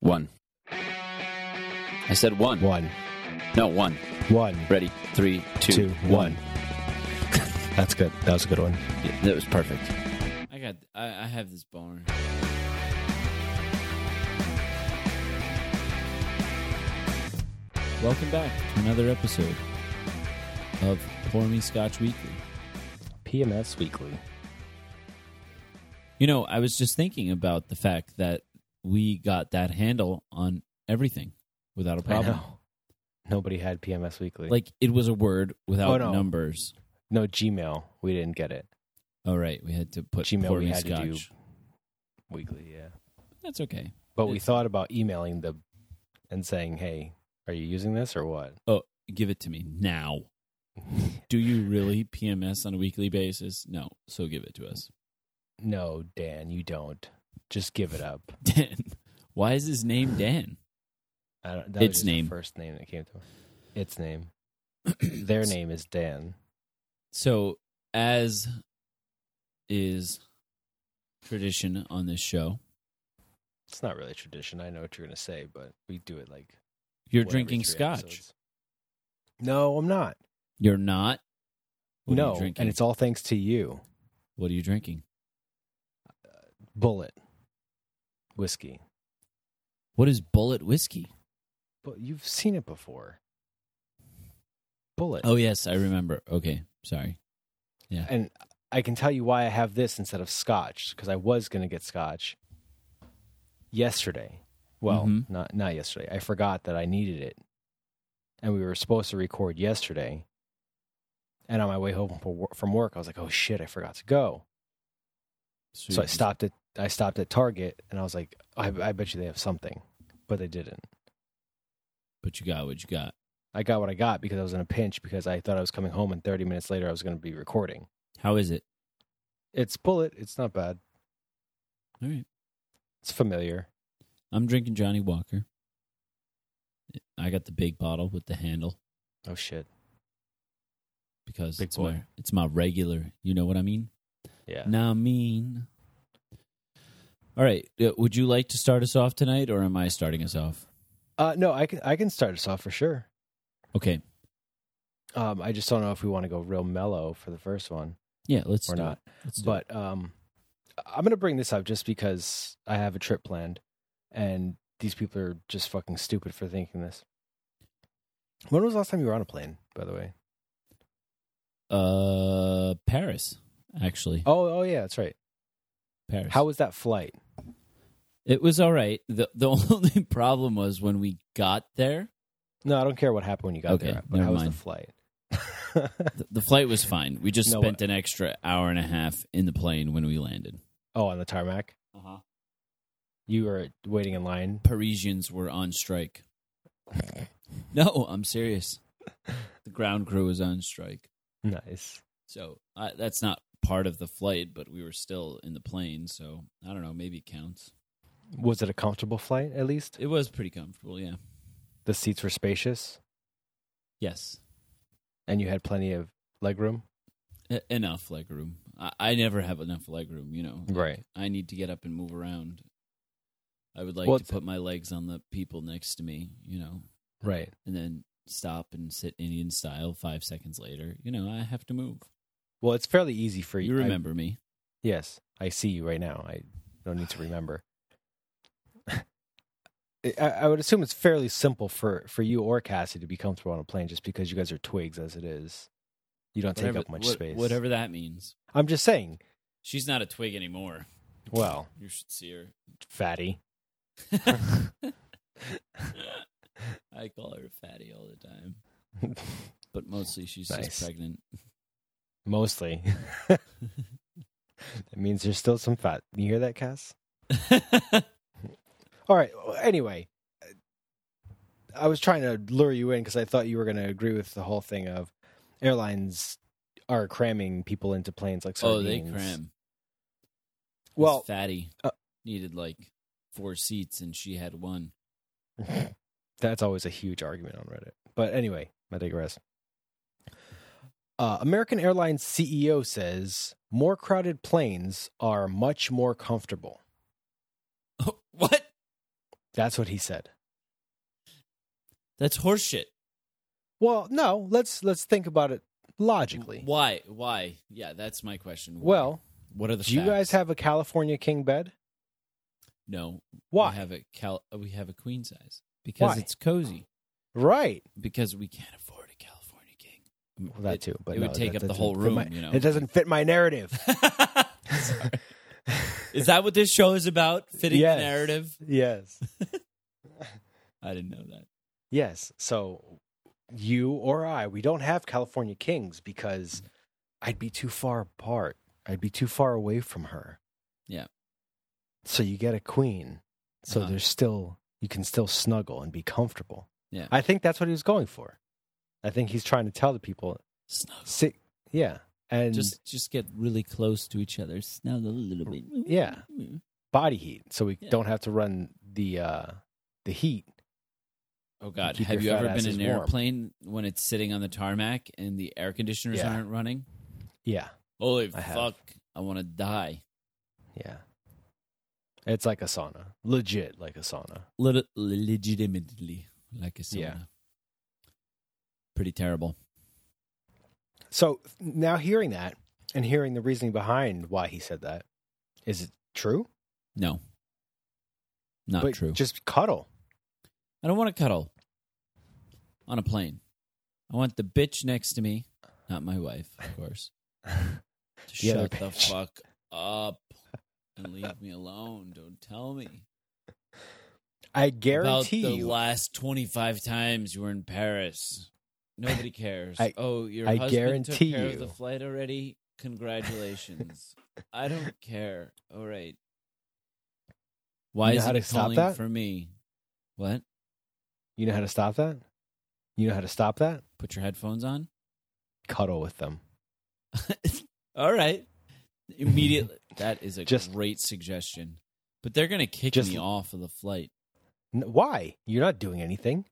One. I said one. One. No, one. One. Ready? Three, two, Two, one. one. That's good. That was a good one. Yeah, that was perfect. I got. I, I have this boner. Welcome back to another episode of Pour Me Scotch Weekly. PMS Weekly. You know, I was just thinking about the fact that we got that handle on everything without a I problem. know. Nobody had PMS Weekly. Like it was a word without Oh, no. numbers. no Gmail. We didn't get it. All right, we had to put Gmail, Pour we Me had to Scotch. do- Weekly, yeah. That's okay. But we thought about emailing the and saying, "Hey, are you using this or what?" Oh, give it to me now. Do you really PMS on a weekly basis? No, so give it to us. No, Dan, you don't. Just give it up. Dan. Why is his name Dan? I don't, that was Its just the name. first name that came to mind. Its name. Their name is Dan. So, as is tradition on this show, It's not really tradition. I know what you're going to say, but we do it like you're one every drinking three scotch. episodes. No, I'm not. You're not. What are no, you drinking? and it's all thanks to you. what are you drinking? Bullet whiskey. What is Bullet whiskey? But you've seen it before. Bullet. Oh yes, I remember. Okay, sorry. and I can tell you why I have this instead of scotch because I was going to get scotch yesterday. Well, Mhm. not not yesterday. I forgot that I needed it, and we were supposed to record yesterday. And on my way home from wor- from work, I was like, "Oh shit, I forgot to go." So I you- stopped at I stopped at Target, and I was like, "I, I bet you they have something," but they didn't. But you got what you got. I got what I got because I was in a pinch because I thought I was coming home, and 30 minutes later, I was going to be recording. How is it? It's bullet. It's not bad. All right. It's familiar. I'm drinking Johnny Walker. I got the big bottle with the handle Oh shit. because Big it's boy. my it's my regular. You know what I mean? Yeah. Nah, mean. All right. uh, Would you like to start us off tonight, or am I starting us off? Uh, no, I can I can start us off for sure. Okay. Um, I just don't know if we want to go real mellow for the first one Yeah, let's or do not. It. Let's do But um, I'm gonna bring this up just because I have a trip planned, and these people are just fucking stupid for thinking this. When was the last time you were on a plane, by the way? it. uh Paris, actually. Oh, oh yeah, that's right. Paris. How was that flight? it was all right. The the only problem was when we got there. No, I don't care what happened when you got Okay, there. But never how was mind. the flight? The, the flight was fine. We just No, spent an extra hour and a half in the plane when we landed. oh, on the tarmac, Uh-huh. you were waiting in line. Parisians were on strike. No, I'm serious. The ground crew was on strike. nice. So uh, that's not part of the flight, but we were still in the plane. So I don't know. Maybe it counts. Was it a comfortable flight? At least It was pretty comfortable. Yeah. the seats were spacious. Yes. and you had plenty of legroom. E- enough leg room. I-, I never have enough leg room. You know, Right. I need to get up and move around. I would like Well, to it's- put my legs on the people next to me. You know, Right. and then stop and sit Indian style five seconds later. You know, I have to move. Well, it's fairly easy for you. You remember me? I- yes, I see you right now. I don't need to remember. I, I would assume it's fairly simple for for you or Cassie to be comfortable on a plane, just because you guys are twigs as it is. You don't take up much what- space. Whatever that means. I'm just saying. She's not a twig anymore. Well, You should see her. fatty. I call her fatty all the time, but mostly she's Nice. just pregnant. Mostly. that means there's still some fat. You hear that, Cass? All right. well, Anyway, I was trying to lure you in because I thought you were going to agree with the whole thing of airlines are cramming people into planes like oh, they sardines. cram. Well, This fatty uh, needed like four seats, and she had one. that's always a huge argument on Reddit. But anyway, I digress. Uh, American Airlines CEO says more crowded planes are much more comfortable. what? That's what he said. That's horseshit. Well, no, let's let's think about it logically. Why? Why? Yeah, that's my question. Why? Well, what are the? do you facts? guys have a California king bed? no? Why? We have a cal- we have a queen size because Why? it's cozy. right. Because we can't afford a California king. Well, that It- too, but it would no, take that up the doesn't whole fit room. my- you know, It doesn't fit my narrative. Sorry. Is that what this show is about? Fitting Yes. the narrative? yes. I didn't know that. Yes. So you or I, we don't have California Kings because I'd be too far apart. I'd be too far away from her. Yeah. So you get a queen. So Uh-huh. there's still you can still snuggle and be comfortable. Yeah. I think that's what he was going for. I think he's trying to tell the people Snuggle. sit yeah. And Just just get really close to each other. Snuggle a little bit. Yeah. body heat. So we Yeah. don't have to run the uh the heat. Oh God. Keep have you your fat ever been in asses an warm. airplane when it's sitting on the tarmac and the air conditioners Yeah. aren't running? Yeah. Holy I have. fuck. I want to die. Yeah. It's like a sauna. Legit like a sauna. Lit- legitimately. Like a sauna. Yeah. Pretty terrible. So now hearing that and hearing the reasoning behind why he said that, is it true? No. Not but true. Just cuddle. I don't want to cuddle on a plane. I want the bitch next to me, not my wife, of course. to The other shut the bitch. fuck up and leave me alone. Don't tell me. I About guarantee the you. last 25 times you were in Paris. Nobody cares. I- oh, your I husband guarantee took care of you. the flight already. Congratulations. I don't care. All right. Why know is how it to stop calling that? for me? What? you know how to stop that? You know how to stop that? Put your headphones on? Cuddle with them. All right. Immediately. that is a Just- great suggestion. But they're going to kick Just- me off of the flight. N- Why? You're not doing anything.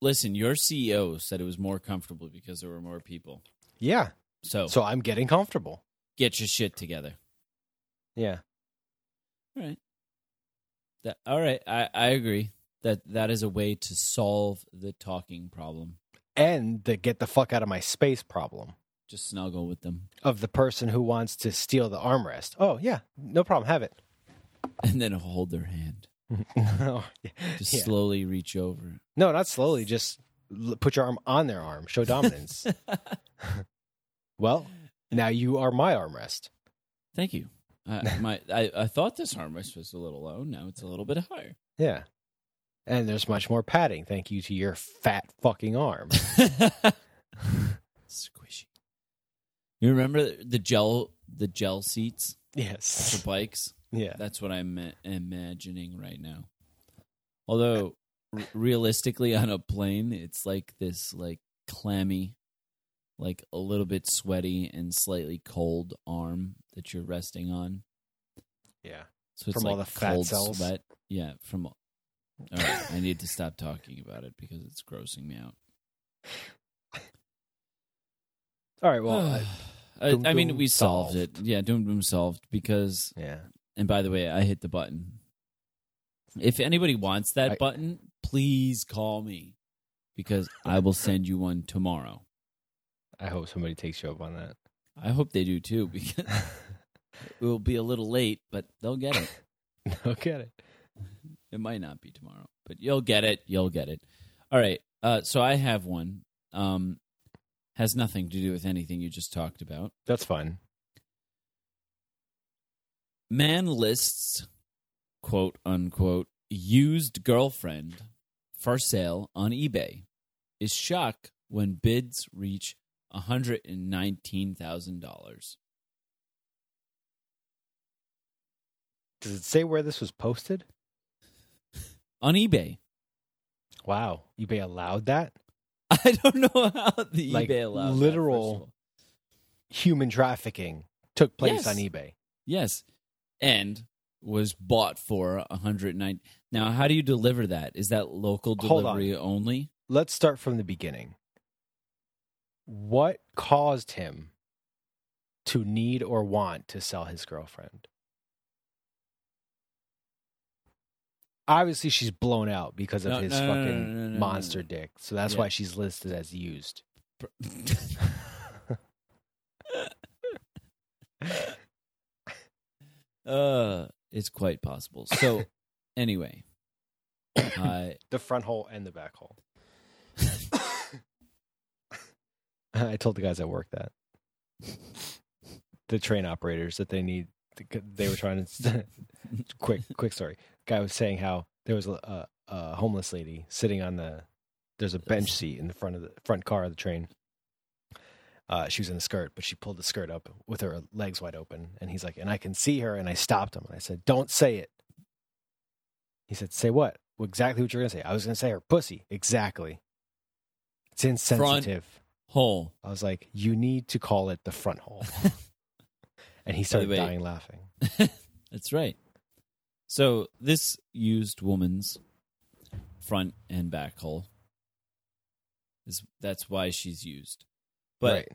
Listen, your CEO said it was more comfortable because there were more people. Yeah. So, So I'm getting comfortable. get your shit together. Yeah. All right. That, all right. I, I agree that that is a way to solve the talking problem. And the get the fuck out of my space problem Just snuggle with them of the person who wants to steal the armrest. Oh, yeah. No problem. Have it. and then hold their hand. no. Just Yeah. slowly reach over. No, not slowly. Just l- put your arm on their arm. Show dominance. well, now you are my armrest. Thank you. I, my, I, I thought this armrest was a little low. Now it's a little bit higher. Yeah. And there's much more padding. Thank you to your fat fucking arm. Squishy. You remember the gel, the gel seats for yes. bikes? Yeah. That's what I'm i- imagining right now. Although r- realistically, on a plane, it's like this, like clammy, like a little bit sweaty and slightly cold arm that you're resting on. Yeah. So it's From like all the fat cold cells? sweat. Yeah, from. All right, I need to stop talking about it because it's grossing me out. All right. Well, I, I, Doom I mean, Doom we solved, solved. it. Yeah, Doom Doom solved because. yeah. And by the way, I hit the button. If anybody wants that I- button, please call me because I will send you one tomorrow. I hope somebody takes you up on that. I hope they do too because it will be a little late, but they'll get it. Look get it. It might not be tomorrow, but you'll get it. You'll get it. All right. Uh, so I have one. Um, has nothing to do with anything you just talked about. That's fun. Man lists, quote unquote, used girlfriend for sale on eBay. Is shocked when bids reach $119,000. Does it say where this was posted? On eBay. Wow. eBay allowed that? I don't know how the Like, eBay allows that, literal- first of all. Human trafficking took place Yes. on eBay. Yes. And was bought for 109 Now, how do you deliver that? Is that local Hold on. delivery only? let's start from the beginning. What caused him to need or want to sell his girlfriend? obviously she's blown out because of No, his no, no, no, fucking no, no, no, no, monster no. dick. So that's Yeah. why she's listed as used. uh, it's quite possible. So, anyway, I the front hole and the back hole. I told the guys at work that the train operators that they need. They were trying to quick quick story. Guy was saying how there was a, a, a homeless lady sitting on the there's a bench seat in the front of the front car of the train. Uh, she was in a skirt, but she pulled the skirt up with her legs wide open, and he's like, and I can see her, and I stopped him, and I said, don't say it. He said, say what? Well, exactly what you're gonna say. I was gonna say her pussy. Exactly. It's insensitive. hole. I was like, you need to call it the front hole. and he started way- dying laughing. That's right. So this used woman's front and back hole is that's why she's used. But right.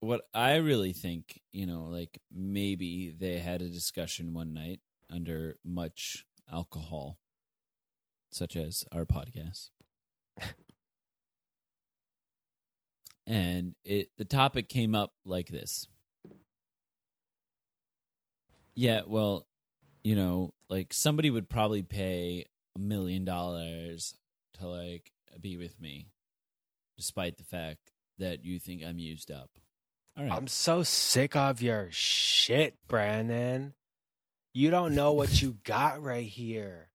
what I really think, you know, like maybe they had a discussion one night under much alcohol, such as our podcast. and it the topic came up like this. Yeah, well, you know, like somebody would probably pay a million dollars to like be with me, despite the fact that you think I'm used up. All right. I'm so sick of your shit, Brandon. You don't know what you got right here.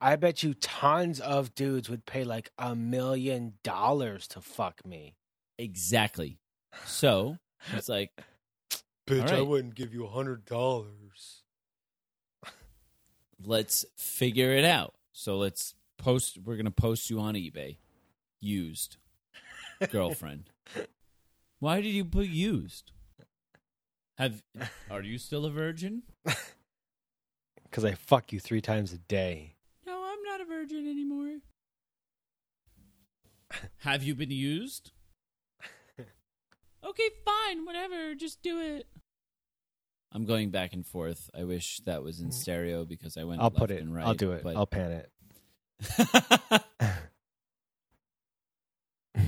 I bet you tons of dudes would pay like a million dollars to fuck me. Exactly. So it's like, Bitch, I wouldn't give you a hundred dollars. let's figure it out. So let's post, we're going to post you on eBay. Used girlfriend. Why did you put used? Have, are you still a virgin? Because I fuck you three times a day. No, I'm not a virgin anymore. Have you been used? okay, fine, whatever, just do it. I'm going back and forth. I wish that was in stereo because I went. I'll put left it. And right, I'll do it. but- I'll pan it. I'll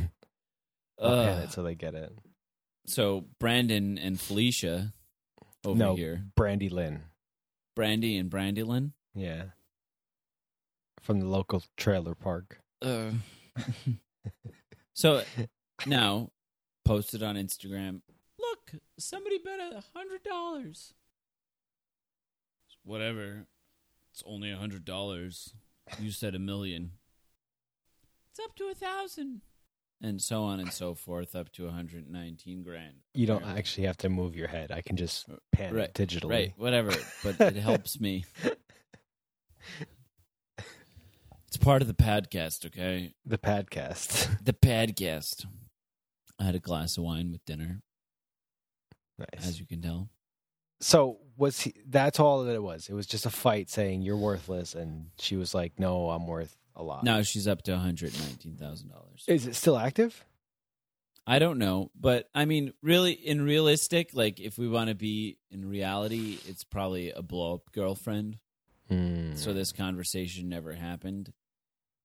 pan Ugh. it so they get it. Uh, so Brandon and Felicia over No. here, Brandy Lynn. Brandy and Brandylin. Yeah. From the local trailer park. Uh, so now posted on Instagram. Look, somebody bet a hundred dollars. Whatever. It's only a hundred dollars. You said a million. It's up to a thousand. And so on and so forth, up to 119 grand. You don't Apparently. actually have to move your head. I can just pan Right, it digitally. Right, whatever. But it helps me. It's part of the podcast, okay? The podcast. The podcast. I had a glass of wine with dinner, nice. as you can tell. so was he, that's all that it was. It was just a fight saying you're worthless, and she was like, "No, I'm worth a lot." Now she's up to one hundred nineteen thousand dollars. is it still active? I don't know, but I mean, really, in realistic, like if we want to be in reality, it's probably a blow up girlfriend. Hmm. So Mm. this conversation never happened.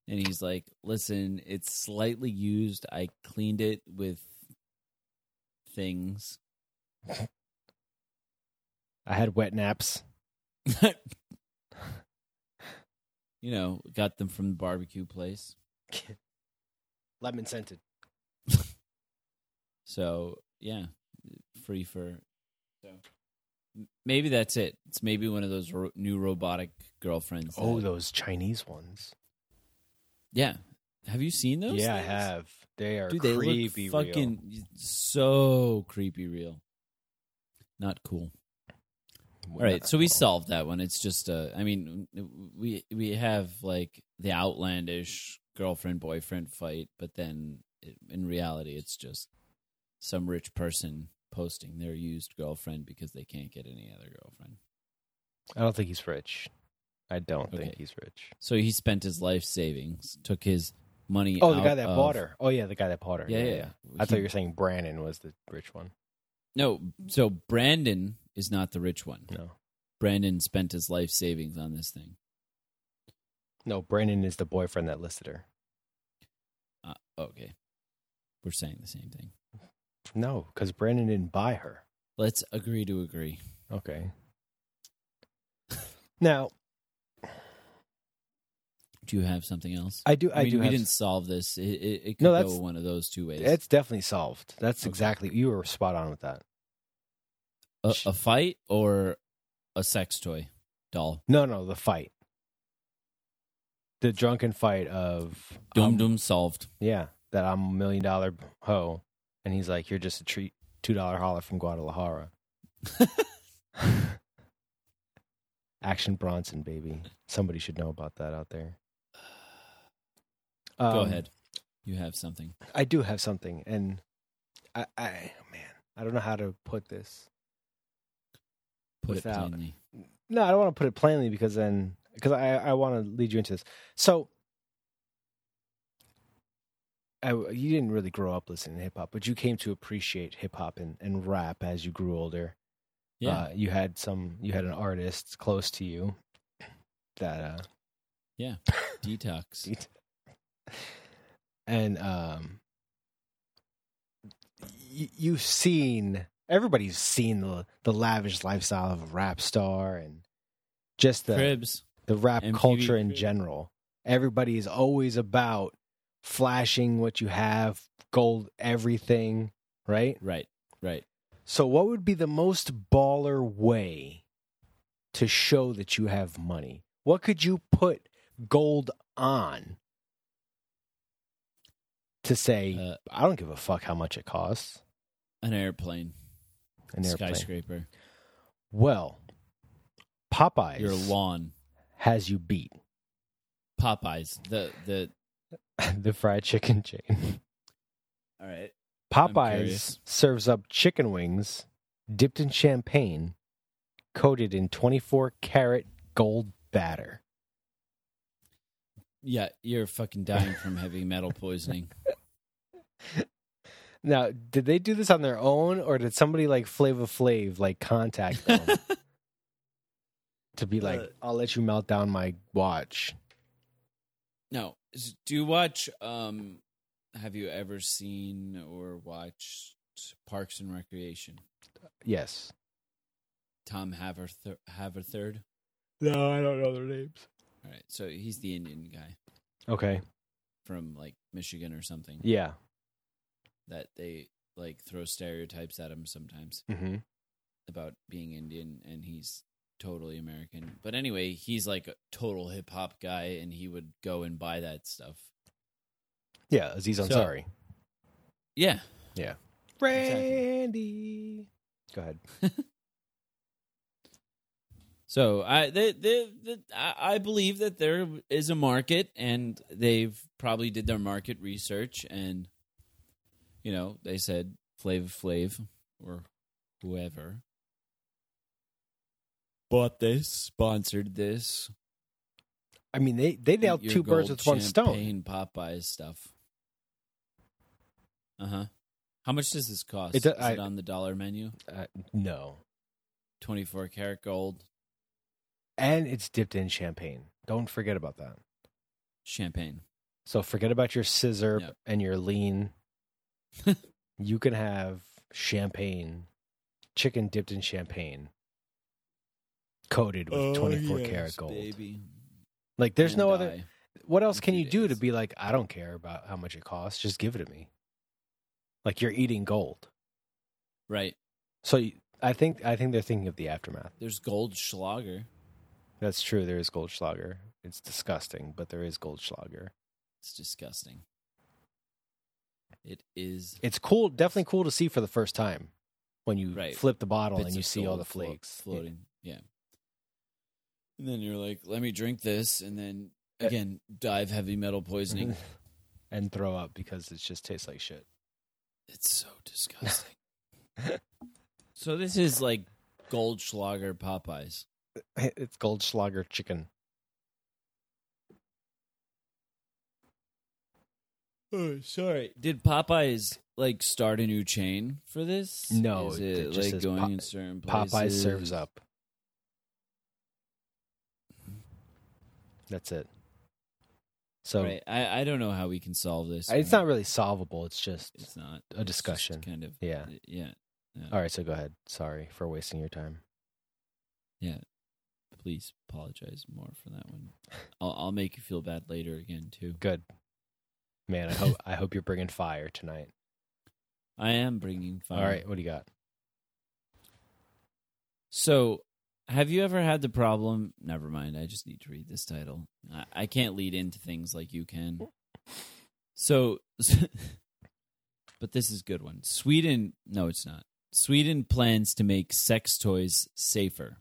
And he's like, "Listen, it's slightly used. I cleaned it with things." I had wet naps. you know, got them from the barbecue place. Lemon scented. So yeah, free for. So m- maybe that's it. It's maybe one of those ro- new robotic girlfriends. Oh, that- those Chinese ones. yeah. Have you seen those? yeah, I things? have. They are Dude, they creepy. look real. fucking so creepy real. Not cool. All right, so we solved that one. It's just uh, I mean, we we have like the outlandish girlfriend boyfriend fight, but then it, in reality, it's just some rich person posting their used girlfriend because they can't get any other girlfriend. I don't think he's rich. I don't Okay. think he's rich. So he spent his life savings, took his money. Oh, the guy out that of- bought her. Oh yeah, the guy that bought her. Yeah, yeah. I thought He- you were saying Brandon was the rich one. no. So Brandon is not the rich one. No. Brandon spent his life savings on this thing. No, Brandon is the boyfriend that listed her. Uh, okay. We're saying the same thing. No, because Brandon didn't buy her. Let's agree to agree. Okay. Now Do you have something else? I do. I, mean, do. we have- didn't solve this. It, it, it could No, go that's- one of those two ways. It's definitely solved. That's Okay. exactly. You were spot on with that. a, a fight or a sex toy doll. No, no, the fight. The drunken fight of Doom um, doom solved. Yeah, that I'm a million dollar hoe, and he's like, "You're just a treat, two dollar holler from Guadalajara." Action Bronson, baby. Somebody should know about that out there. go Um, ahead. You have something. I do have something, and I, I, man, I don't know how to put this. Put without- it plainly. No, I don't want to put it plainly because then because I I want to lead you into this. So I, you didn't really grow up listening to hip hop, but you came to appreciate hip hop and, and rap as you grew older. Yeah. Uh, you had some you had an artist close to you that uh detox. Detox. and um y- you've seen everybody's seen the the lavish lifestyle of a rap star and just the Cribs. the rap MTV culture in Cribs. general. Everybody is always about flashing what you have, gold everything, right? Right. Right. So what would be the most baller way to show that you have money? What could you put gold on to say Uh, I don't give a fuck how much it costs? an airplane. An airplane. Skyscraper. Well, Popeyes Your lawn. has you beat. Popeyes. The the the fried chicken chain. all right. Popeyes curious. serves up chicken wings dipped in champagne, coated in 24 karat gold batter. Yeah, you're fucking dying from heavy metal poisoning. Now, did they do this on their own, or did somebody like Flava Flav like contact them to be like, Uh, "I'll let you melt down my watch"? No. S- Do you watch um have you ever seen or watched Parks and Recreation? Yes. Tom Haverthir- Haverthird. No, I don't know their names. All right. So he's the Indian guy Okay. from like Michigan or something Yeah. that they like throw stereotypes at him sometimes Mm-hmm. about being Indian and he's totally American. But anyway, he's like a total hip hop guy and he would go and buy that stuff. Yeah. Aziz So- Ansari. Yeah. Randy. Go ahead. So I the, the, the, I I believe that there is a market, and they've probably did their market research, and you know they said Flav Flav or whoever bought this, sponsored this. I mean, they they dealt Eat your two birds gold with one stone. champagne Popeyes stuff. Uh huh. How much does this cost? It do- is I- it on the dollar menu? Uh, no. Twenty four karat gold and it's dipped in champagne. Don't forget about that. champagne. So forget about your scissor Yep. and your lean. you can have champagne, chicken dipped in champagne, coated with 24 karat gold. Oh, baby. Like there's And no other I- what else in can two you do to days. be like I don't care about how much it costs, just give it to me. Like you're eating gold. Right. So you, I think I think they're thinking of the aftermath. There's Goldschlager. That's true. There is Goldschlager. It's disgusting, but there is Goldschlager. It's disgusting. It is it's cool definitely cool to see for the first time when you Right. flip the bottle bits and you of see all gold the flo- flakes floating. Yeah. And then you're like, let me drink this, and then again dive heavy metal poisoning. and throw up because it just tastes like shit it's so disgusting. so this is like Goldschlager Popeyes. it's goldschlager chicken Oh, sorry. Did Popeyes like start a new chain for this? No, is it- it, it just like says going Pop- in certain places? popeye serves up that's it So right. I, I don't know how we can solve this. it's right? not really solvable. It's just It's not a discussion. It's just kind of. uh, yeah. Yeah. yeah. All right. So go ahead. Sorry for wasting your time. Please apologize more for that one. I'll, I'll make you feel bad later again too. Good. Man, I hope I hope you're bringing fire tonight. I am bringing fire. All right. What do you got? So, have you ever had the problem? Never mind. I just need to read this title. I, I can't lead into things like you can. So, but this is a good one. Sweden. No, it's not. Sweden plans to make sex toys safer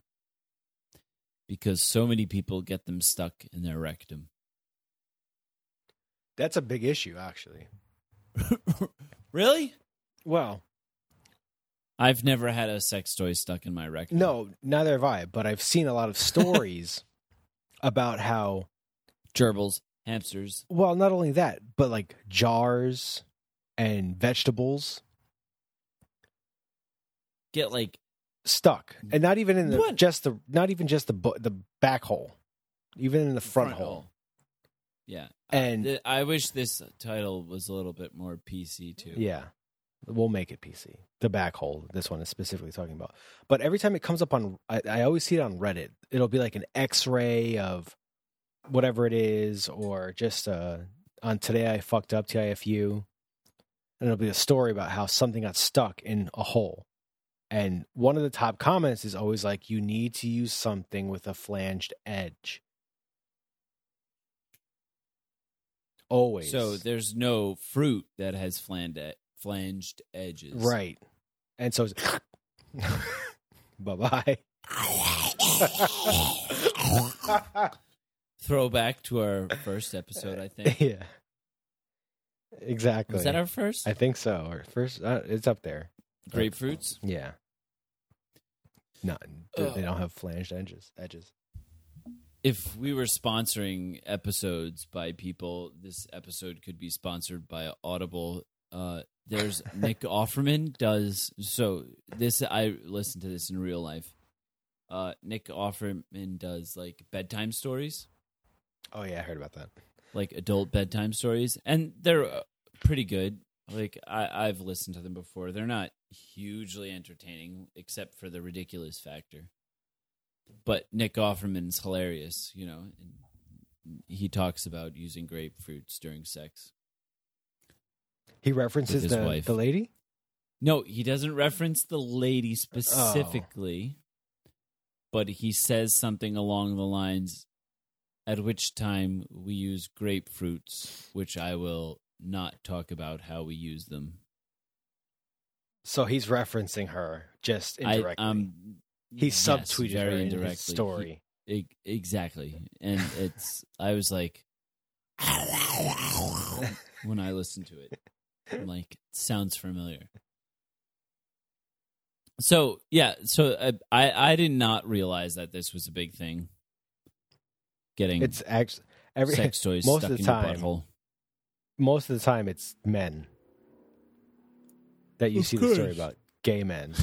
because so many people get them stuck in their rectum. That's a big issue, actually. really? Well, I've never had a sex toy stuck in my rectum. no, neither have I. But I've seen a lot of stories about how Gerbils, hamsters. Well, not only that, but like jars and vegetables Get like stuck, and not even in the What? just the not even just the bu- the back hole, even in the front, hole. Yeah. And- th- I wish this title was a little bit more PC too. Yeah, we'll make it PC. The back hole. This one is specifically talking about. But every time it comes up on, I, I always see it on Reddit. It'll be like an X-ray of whatever it is, or just uh, on today I fucked up TIFU, and it'll be a story about how something got stuck in a hole. And one of the top comments is always like, "You need to use something with a flanged edge." Always. So there's no fruit that has flanged flanged edges. Right. And so bye bye. Throwback to our first episode, I think. yeah. Exactly. Was that our first? I think so. Or first, uh, it's up there. Grapefruits. Yeah. No, they, they Ugh. don't have flanged edges. Edges. If we were sponsoring episodes by people, this episode could be sponsored by Audible. Uh, there's Nick Offerman does so. This I listened to this in real life. Uh, Nick Offerman does like bedtime stories. Oh yeah, I heard about that. like adult bedtime stories, and they're uh, pretty good. Like I, I've listened to them before. They're not hugely entertaining, except for the ridiculous factor. But Nick Offerman's hilarious, you know. And he talks about using grapefruits during sex. He references his the wife. the lady. No, he doesn't reference the Oh. lady specifically, but he says something along the lines at which time we use grapefruits, which I will not talk about how we use them. So he's referencing her just indirectly. I, um, he yes, subtweeted her very in indirectly. his story. He- e- exactly. And it's, I was like, when I listened to it, I'm like, sounds familiar. So yeah, so I, I I did not realize that this was a big thing. Getting it's actually every sex toys most stuck of the in time, your butthole. most of the time it's men that you Of see the story course. about gay men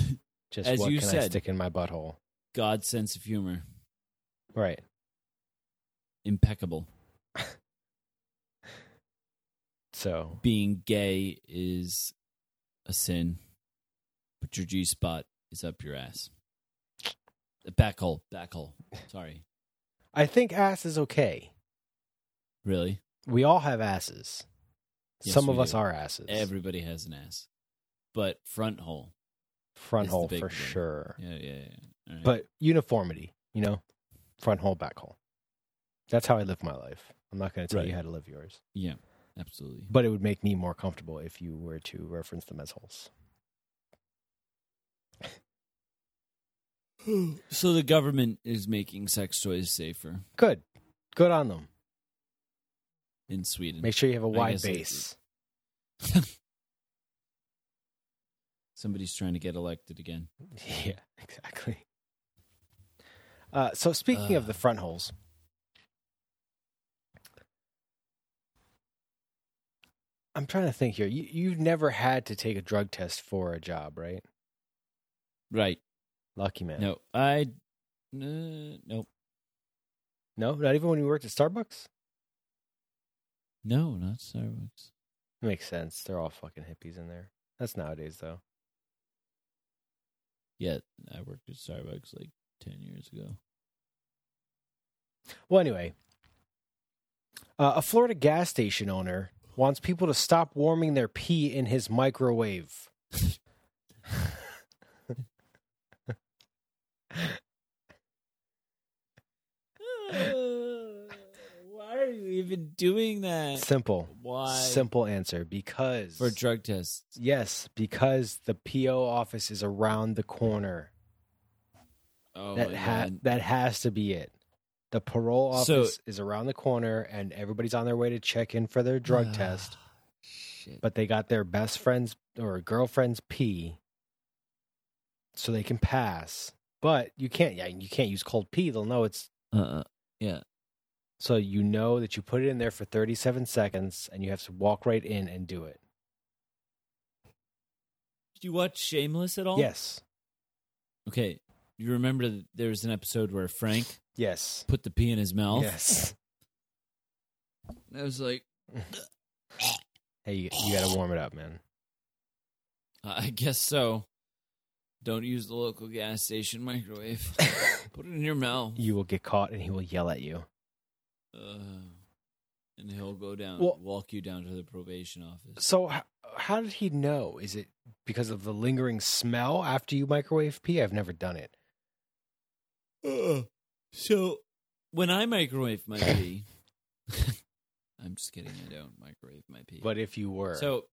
just As what you can i said. stick in my butthole God's sense of humor, right impeccable. so Being gay is a sin, but your G spot is up your ass. Uh, Back hole, back hole. Sorry, i think ass is okay really. we all have asses Yes, some of we us do. are asses Everybody has an ass, but front hole. front is the hole big for one. sure Yeah, yeah, yeah. All right. but uniformity you know front hole back hole that's how i live my life i'm not going to tell you Right. how to live yours yeah, absolutely. but it would make me more comfortable if you were to reference them as holes So the government is making sex toys safer good good on them in Sweden. make sure you have a wide guess it- base Somebody's trying to get elected again. Yeah, exactly. Uh, so speaking of Uh. the front holes, I'm trying to think here. You, you've never had to take a drug test for a job, right? Right? Lucky man. No, I. Uh, nope. no, not even when you worked at Starbucks. No, not Starbucks. Makes sense. They're all fucking hippies in there. That's nowadays though. Yeah, I worked at Starbucks like 10 years ago. Well, anyway, uh, a Florida gas station owner wants people to stop warming their pee in his microwave. why are you even doing that? Simple, Why? simple answer because For drug tests. yes, because the PO office is around the corner. Oh, that my ha- God. that has to be it. The parole So- office is around the corner, and everybody's on their way to check in for their drug test. Shit. but they got their best friend's or girlfriend's pee so they can pass but you can't yeah you can't use cold pee they'll know it's uh, yeah. so you know that you put it in there for 37 seconds and you have to walk right in and do it Did you watch Shameless at all? yes Okay. You remember that there was an episode where Frank yes put the pee in his mouth? yes I was like, hey you, you gotta warm it up man I guess so. Don't use the local gas station microwave. Put it in your mouth. you will get caught and he will yell at you Uh, and he'll go down, Well- walk you down to the probation office. so h- how did he know is it because of the lingering smell after you microwave pee i've never done it Uh-uh. so when I microwave my pee, I'm just kidding. I don't microwave my pee. but if you were So,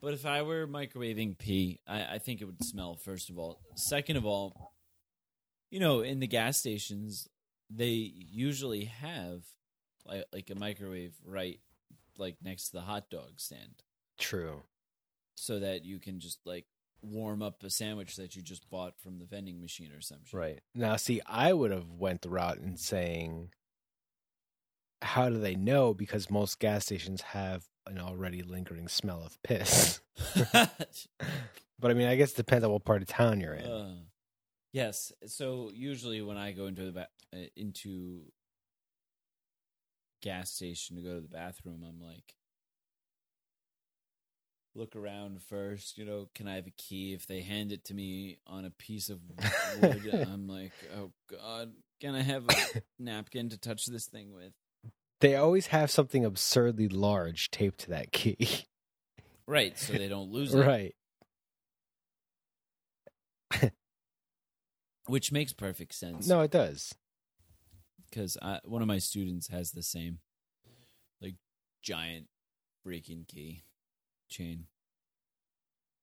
but if I were microwaving pee, I, I think it would smell. First of all, second of all, you know, in the gas stations, they usually have like, like a microwave right like next to the hot dog stand, true so that you can just like warm up a sandwich that you just bought from the vending machine or some shit. Right. Now see I would have went the route in saying how do they know because most gas stations have an already lingering smell of piss. But I mean I guess it depends on what part of town you're in. Uh, yes. So usually when I go into the ba- uh, into gas station to go to the bathroom, I'm like look around first. You know, can I have a key? If they hand it to me on a piece of wood, I'm like, oh god, can I have a napkin to touch this thing with? they always have something absurdly large taped to that key. Right, so they don't lose it. right. Which makes perfect sense. No, it does. because one of my students has the same, like, giant breaking key chain.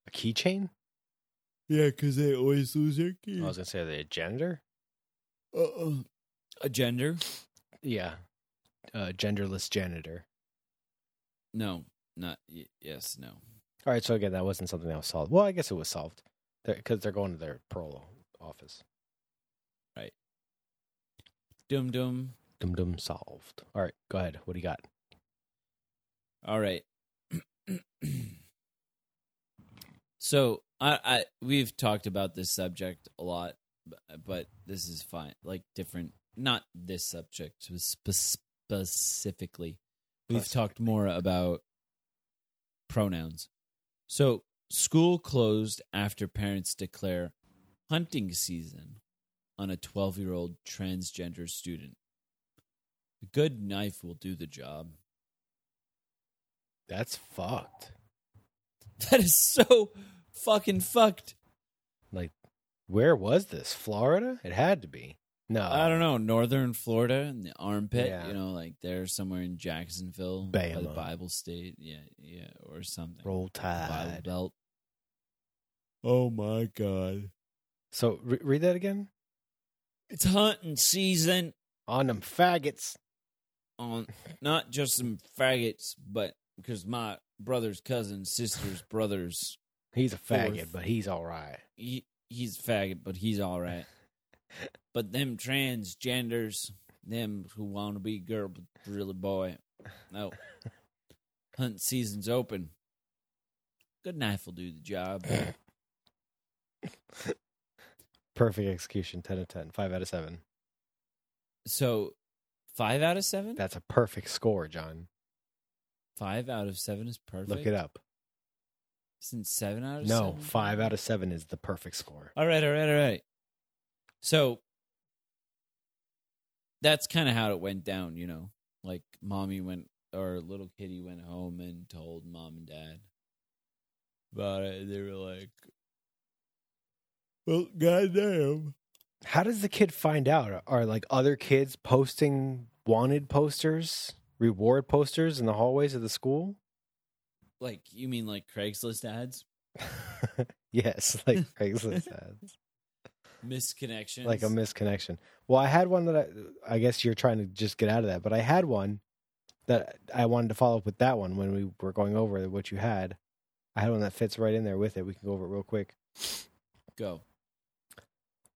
A keychain? Oh, Yeah, because they always lose their key. I was gonna say are they a janitor? Uh-uh. A gender? Yeah. Uh genderless janitor. No, not y- yes, no. All right, so again, that wasn't something that was solved. Well, I guess it was solved because they're going to their parole office. Dum dum. Dum dum solved. All right, go ahead. What do you got? All right. so I, I we've talked about this subject a lot, but, but this is fine. Like different, not this subject spe- specifically. We've talked more about pronouns. So school closed after parents declare hunting season on a 12 year old transgender student. A good knife will do the job. That's fucked. That is so fucking fucked. Where was this? Florida? It had to be. No, I don't know, northern Florida in the armpit, Yeah. you know, like they're somewhere in Jacksonville, by the Bama. Bible State, yeah, yeah, or something. Roll Bible Tide. Belt. Oh my god, So re- read that again. it's hunting season On them faggots. on not just some faggots, but because my brother's cousin, sister's brothers, He's a faggot, Fourth. but he's all right. he he's a faggot, but he's all right. but them transgenders, them who want to be girl but really boy, no. Hunt season's open. Good knife will do the job. Perfect execution. Ten of ten. Five out of seven. So, five out of seven. That's a perfect score, John. Five out of seven is perfect. Look it up. Isn't seven out of No, seven? five out of seven is the perfect score. All right, all right, all right. So that's kind of how it went down, you know. Like mommy went or little kitty went home and told mom and dad about it. They were like, "Well, goddamn." How does the kid find out? Are like other kids posting wanted posters, reward posters in the hallways of the school? Like you mean like Craigslist ads? yes, like Craigslist ads. Misconnections. like a misconnection. Well, I had one that I, I guess you're trying to just get out of that, but I had one that I wanted to follow up with that one when we were going over what you had. I had one that fits right in there with it. We can go over it real quick. go.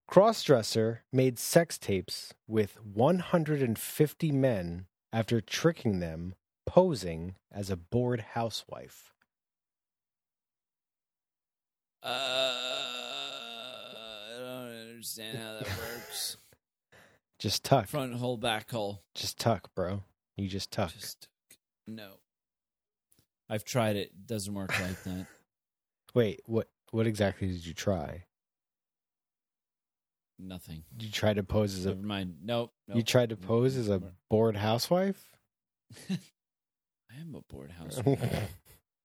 Crossdresser made sex tapes with 150 men after tricking them posing as a bored housewife. Uh, I don't understand how that works. Just tuck. Front hole, back hole. Just tuck, bro. You just tuck. Just no. I've tried it. It Doesn't work like that. Wait, what what exactly did you try? Nothing. Did you try to pose as a Never mind. Nope. nope. You tried to pose as a bored housewife? I am a bored house.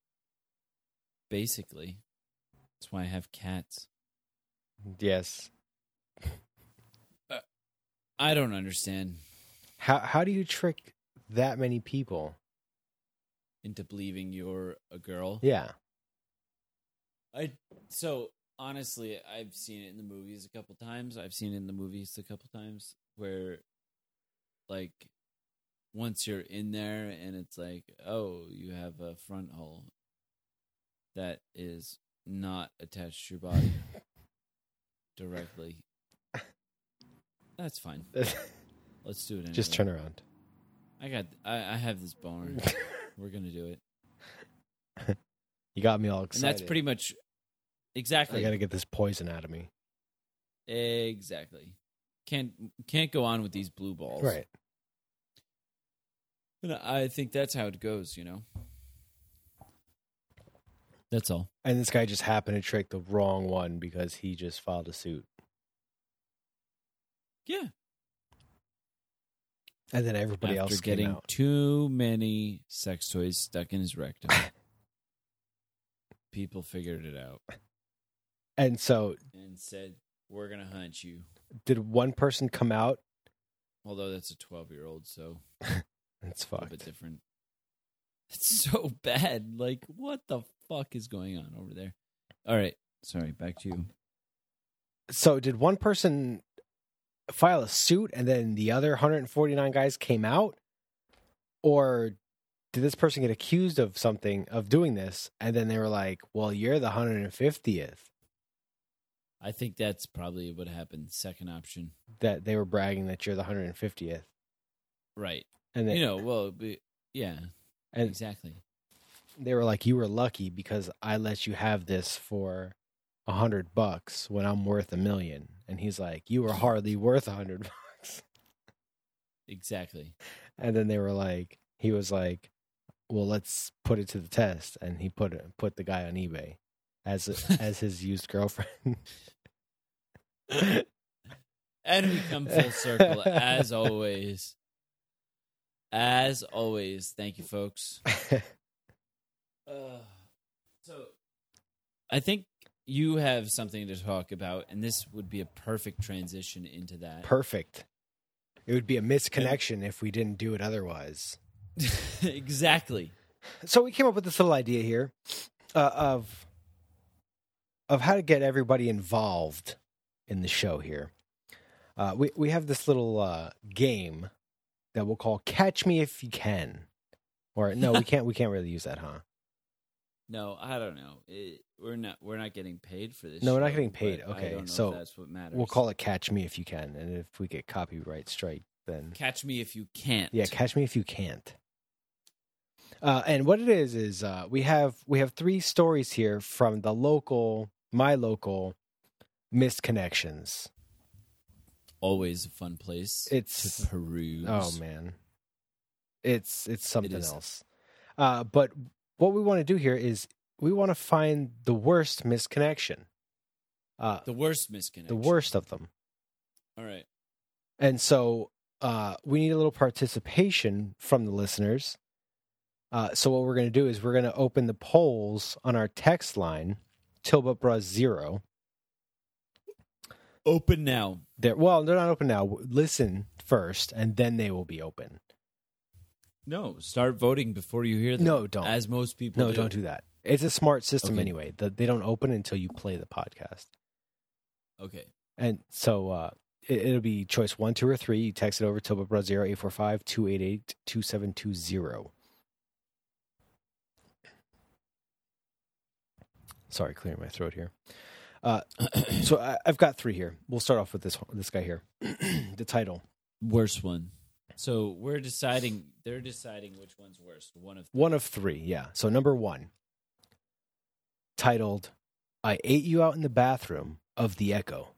basically, that's why I have cats. yes. I don't understand How how do you trick that many people? into believing you're a girl. Yeah. I so honestly, I've seen it in the movies a couple times. I've seen it in the movies a couple times where, like, once you're in there and it's like, oh, you have a front hole that is not attached to your body directly. That's fine. Let's do it. Anyway. Just turn around. I got. I, I have this boner. We're gonna do it, You got me all and excited. that's pretty much exactly. I got to get this poison out of me. Exactly. Can't can't go on with these blue balls. Right. And I think that's how it goes, you know. That's all. And this guy just happened to trick the wrong one because he just filed a suit. Yeah. And then everybody After else getting came out. too many sex toys stuck in his rectum. People figured it out And so and said, We're gonna hunt you. did one person come out? Although that's a twelve year old, so It's a little bit fucked. different. It's so bad. Like, what the fuck is going on over there? All right. Sorry, back to you. So did one person file a suit and then the other 149 guys came out? Or did this person get accused of something of doing this and then they were like, "Well, you're the 150th." I think that's probably what happened. Second option, That they were bragging that you're the 150th. right? And they, You know, well, be- yeah, and exactly. they were like, "You were lucky because I let you have this for a hundred bucks when I'm worth a million. And he's like, "You were hardly worth a hundred bucks." Exactly. And then they were like, he was like, "Well, let's put it to the test." And he put it, put the guy on eBay as as his used girlfriend. And we come full circle as always. As always, thank you, folks. Uh, so, I think you have something to talk about, and this would be a perfect transition into that. Perfect. It would be a misconnection if we didn't do it otherwise. exactly. So we came up with this little idea here uh, of of how to get everybody involved in the show here. Uh, we we have this little uh, game that we'll call "Catch Me If You Can," or no, we can't. We can't really use that, huh? No, I don't know. It, we're not. We're not getting paid for this. No, we're not show, getting paid. but I Okay, don't know if so that's what matters. We'll call it "Catch Me If You Can," and if we get copyright strike, then Catch me if you can't. Yeah, catch me if you can't. Uh, and what it is is uh, we have we have three stories here from the local, my local, missed connections. always a fun place It's to peruse. oh man, Oh, it's it's something is. else. Uh, but what we want to do here is we want to find the worst misconnection, uh, The worst misconnection. the worst of them. All right. And so uh, we need a little participation from the listeners. Uh, so what we're going to do is we're going to open the polls on our text line, Tilba Bra Zero. Open now. They're, well, they're not open now. Listen first, and then they will be open. No, start voting before you hear them. No, don't. As most people no, do. don't do that. It's a smart system Okay. anyway. The, they don't open until you play the podcast. Okay. And so uh, it, it'll be choice one, two, or three. You text it over to Bra 845 288 2720. Sorry, clearing my throat here. Uh, so I, I've got three here. We'll start off with this one, this guy here. the title. Worst one. So we're deciding, they're deciding which one's worst. One of One of three, yeah. So number one, titled, I Ate You Out in the Bathroom of the Echo,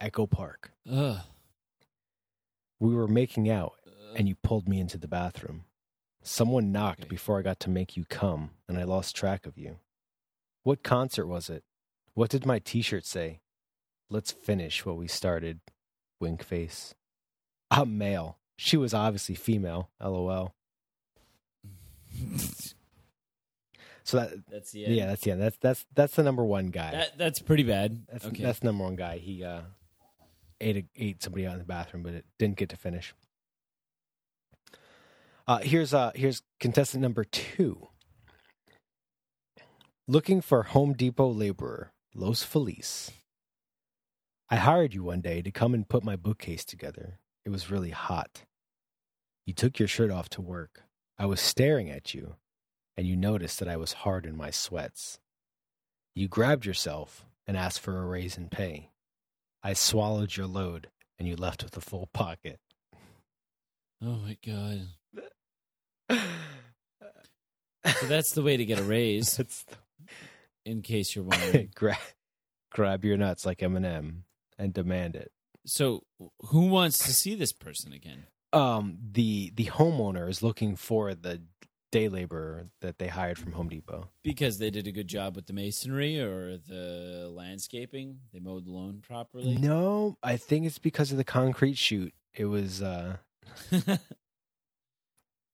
Echo Park. Ugh. We were making out Ugh. and you pulled me into the bathroom. Someone knocked Uh. Okay. before I got to make you come, and I lost track of you. What concert was it? What did my t shirt say? Let's finish what we started. Wink face. I'm male. She was obviously female. LOL. So that that's the yeah, end. that's yeah, that's that's that's the number one guy. That, that's pretty bad. that's okay. that's number one guy. He uh ate a, ate somebody out in the bathroom, but it didn't get to finish. Uh, here's uh here's contestant number two. Looking for Home Depot laborer, Los Feliz. I hired you one day to come and put my bookcase together. It was really hot. You took your shirt off to work. I was staring at you, and you noticed that I was hard in my sweats. You grabbed yourself and asked for a raise in pay. I swallowed your load and you left with a full pocket. oh my God. So that's the way to get a raise, That's in case you're wondering. grab, grab your nuts like Eminem and demand it. So who wants to see this person again? Um, the the homeowner is looking for the day laborer that they hired from Home Depot. Because they did a good job with the masonry or the landscaping. They mowed the lawn properly. No, I think it's because of the concrete shoot. It was uh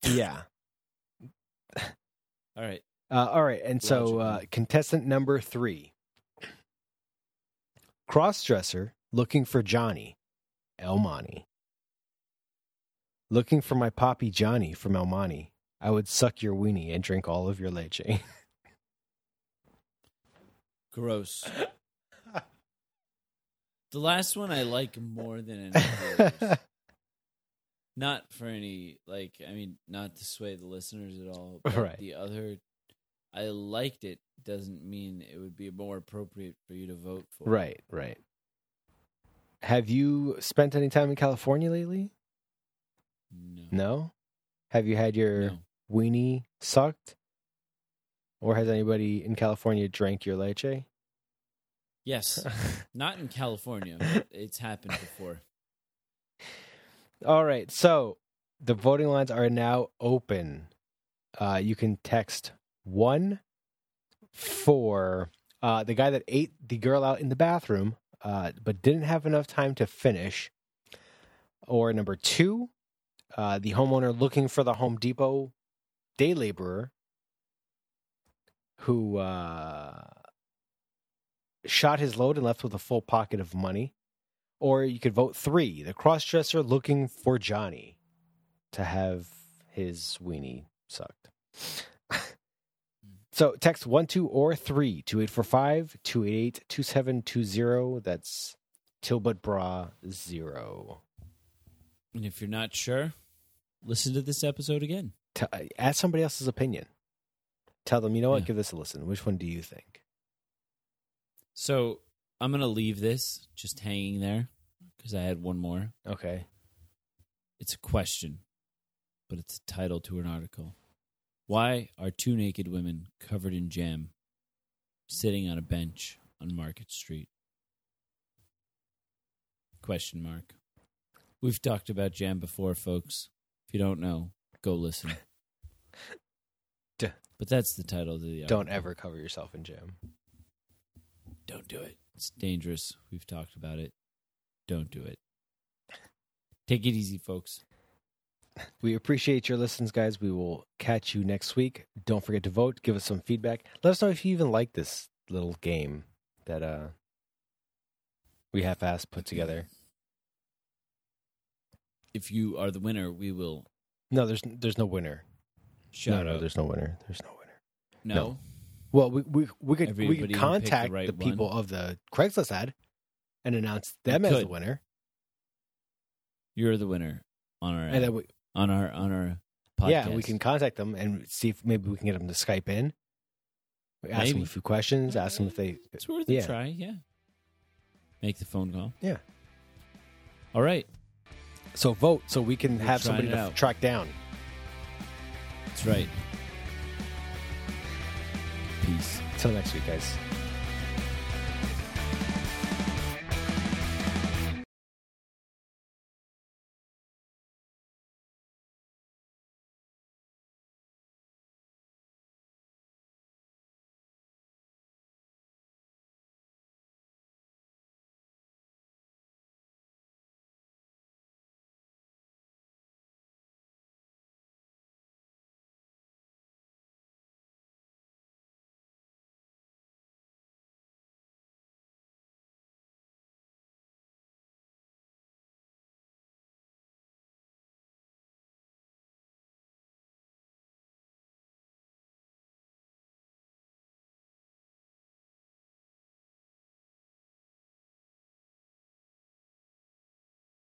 yeah. All right. Uh, all right, and so uh, Logical. contestant number three, crossdresser looking for Johnny, Elmani. Looking for my poppy Johnny from Elmani. I would suck your weenie and drink all of your leche. Gross. The last one I like more than any of the others. Not for any like I mean, not to sway the listeners at all. But Right. The other I liked it doesn't mean it would be more appropriate for you to vote for. right, right. Have you spent any time in California lately? No. No. Have you had your No. weenie sucked? Or has anybody in California drank your leche? Yes. Not in California. It's happened before. All right. So the voting lines are now open. Uh, you can text one for uh, the guy that ate the girl out in the bathroom, uh, but didn't have enough time to finish. Or number two, uh, the homeowner looking for the Home Depot day laborer who uh, shot his load and left with a full pocket of money or you could vote three the crossdresser looking for johnny to have his weenie sucked so text one two or three two eight four five two eight eight two seven two zero that's tilbut bra zero And if you're not sure, listen to this episode again. T- uh, ask somebody else's opinion tell them you know what Yeah. give this a listen which one do you think So I'm going to leave this just hanging there because I had one more. okay It's a question, but it's a title to an article. Why are two naked women covered in jam sitting on a bench on Market Street? Question mark. We've talked about jam before, folks. If you don't know, go listen. D- But that's the title of the album. Don't ever cover yourself in jam. Don't do it. It's dangerous. We've talked about it. Don't do it. Take it easy, folks. We appreciate your listens, guys. We will catch you next week. Don't forget to vote. Give us some feedback. Let us know if you even like this little game that uh we half assed put together. If you are the winner, we will No, there's there's no winner. shout no, no, out. there's no winner. There's no winner. no. no. Well, we we we could Everybody we would could pick the contact the, right one. people of the Craigslist ad and announce them We as the could. winner, You're the winner on our and then we, on our on our podcast. yeah, we can contact them and see if maybe we can get them to Skype in. We ask them Maybe. a few questions. Ask them if they It's worth Yeah. a try. Yeah. Make the phone call. yeah. All right. So vote so we can have trying somebody it to out. track down. That's right. Peace. Till next week, guys.